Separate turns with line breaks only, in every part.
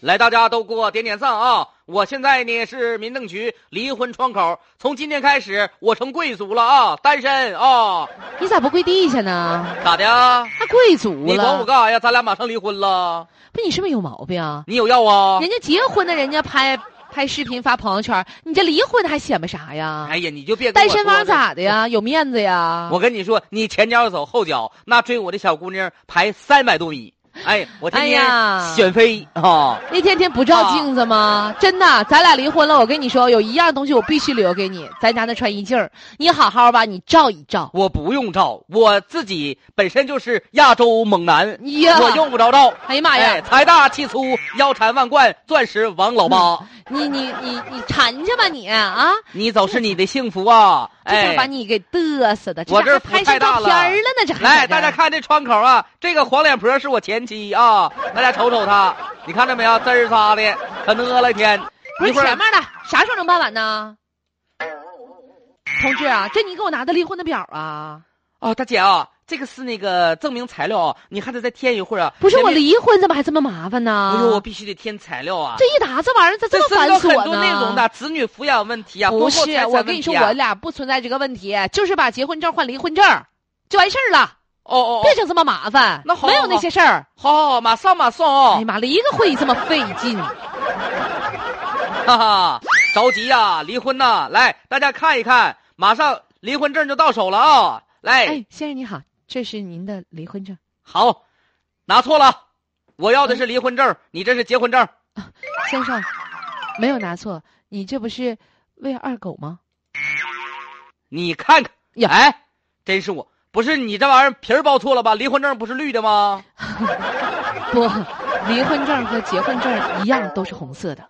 来，大家都给我点点赞啊！我现在呢是民政局离婚窗口，从今天开始我成贵族了啊，单身啊，
你咋不跪地下呢？
咋的啊？
还贵族
你管我
了？
干啥呀？咱俩马上离婚了，
不，你是不是有毛病？
你有药啊？
人家结婚的，人家拍拍视频发朋友圈，你这离婚的还显摆啥呀？
哎呀，你就别跟
单
我
身
说
汪
这
咋的呀？有面子呀？
我跟你说，你前脚走后脚，那追我的小姑娘排三百多米。哎，我天天
哎呀
选妃啊！
那天天不照镜子吗？真的，咱俩离婚了。我跟你说，有一样东西我必须留给你，咱家那穿衣镜儿，你好好把你照一照。
我不用照，我自己本身就是亚洲猛男，
哎呀
我用不着照。
哎呀妈
哎，
呀，
财大气粗，腰缠万贯，钻石王老八，
你你你你缠去吧你啊！
你走是你的幸福啊！
这下
哎，
把你给嘚瑟的，
我这
这
儿
还
福
拍
太
上
大
照
了
片儿了呢，这还
来，
在
大
这
家
儿
看这窗口啊，这个黄脸婆是我前妻啊，大家瞅瞅她，你看着没有？滋儿擦的，可乐了天。
不
一
是
会儿
前面的，啥时候能办完呢？同志啊，这你给我拿的离婚的表啊？
哦，大姐啊，这个是那个证明材料啊，你还得再添一会儿啊。
不是
前
我
面，
离婚怎么还这么麻烦呢？
哎呦，我必须得添材料啊。
这一沓子玩意儿咋
这
么
涉
繁
及到
琐呢？
很多内容的子女抚养问题啊，包
不
括
是
财，产
我跟
问
你说，
题啊
我俩不存在这个问题，就是把结婚证换离婚证儿就完事儿了，
哦哦，哦
别整这么麻烦。
那好
没有那些事儿。
好好好，马上马上
哎呀
哦，
妈，离个婚这么费劲，
哈哈，着急呀、离婚呐、来，大家看一看，马上离婚证就到手了啊、来，
哎，先生你好，这是您的离婚证，
好，拿错了，我要的是离婚证，你这是结婚证。
先生，没有拿错，你这不是喂二狗吗？
你看看，
呀
哎，真是我，不是你这玩意儿皮儿包错了吧？离婚证不是绿的吗？
不，离婚证和结婚证一样都是红色的。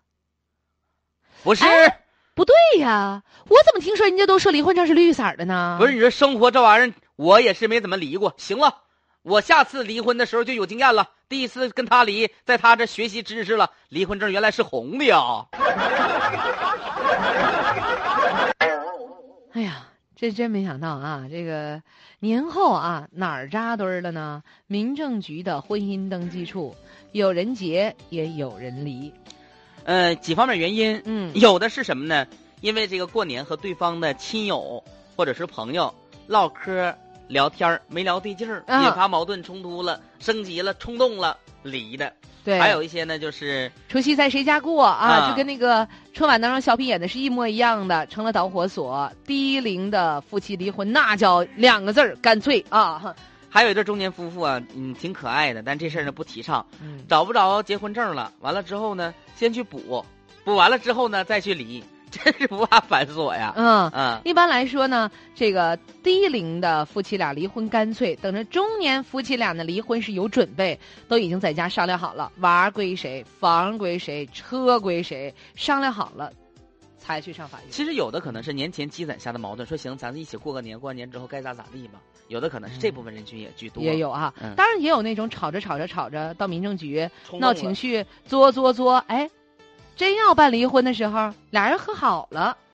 不是，
哎不对呀，我怎么听说人家都说离婚证是绿色儿的呢？
不是，，你说生活这玩意儿，我也是没怎么离过。行了，我下次离婚的时候就有经验了。第一次跟他离，在他这学习知识了，离婚证原来是红的呀。
哎呀，这真没想到啊！这个年后啊，哪儿扎堆儿了呢？民政局的婚姻登记处，有人结也有人离。
呃，几方面原因，
嗯，
有的是什么呢？因为这个过年和对方的亲友或者是朋友唠嗑聊天儿没聊对劲儿，
嗯
引发矛盾冲突了，升级了，冲动了，离的。
对，
还有一些呢，就是
除夕在谁家过啊？
啊
就跟那个春晚当中小品演的是一模一样的，成了导火索。低龄的夫妻离婚，那叫两个字儿干脆啊！
还有这中年夫妇啊，嗯，挺可爱的，但这事儿呢不提倡。
嗯，
找不着结婚证了，完了之后呢，先去补，补完了之后呢，再去离， 真是不怕繁琐呀。
嗯。
嗯，
一般来说呢，这个低龄的夫妻俩离婚干脆，等着中年夫妻俩呢离婚是有准备，都已经在家商量好了，娃儿归谁，房儿归谁，车归谁，商量好了才去上法院。
其实有的可能是年前积攒下的矛盾，说行，咱们一起过个年，过完年之后该咋咋地吧。有的可能是这部分人群也居多，
也有啊，
嗯
当然也有那种吵着吵着吵着到民政局
冲动
闹
了
情绪，作作作，哎，真要办离婚的时候，俩人和好了，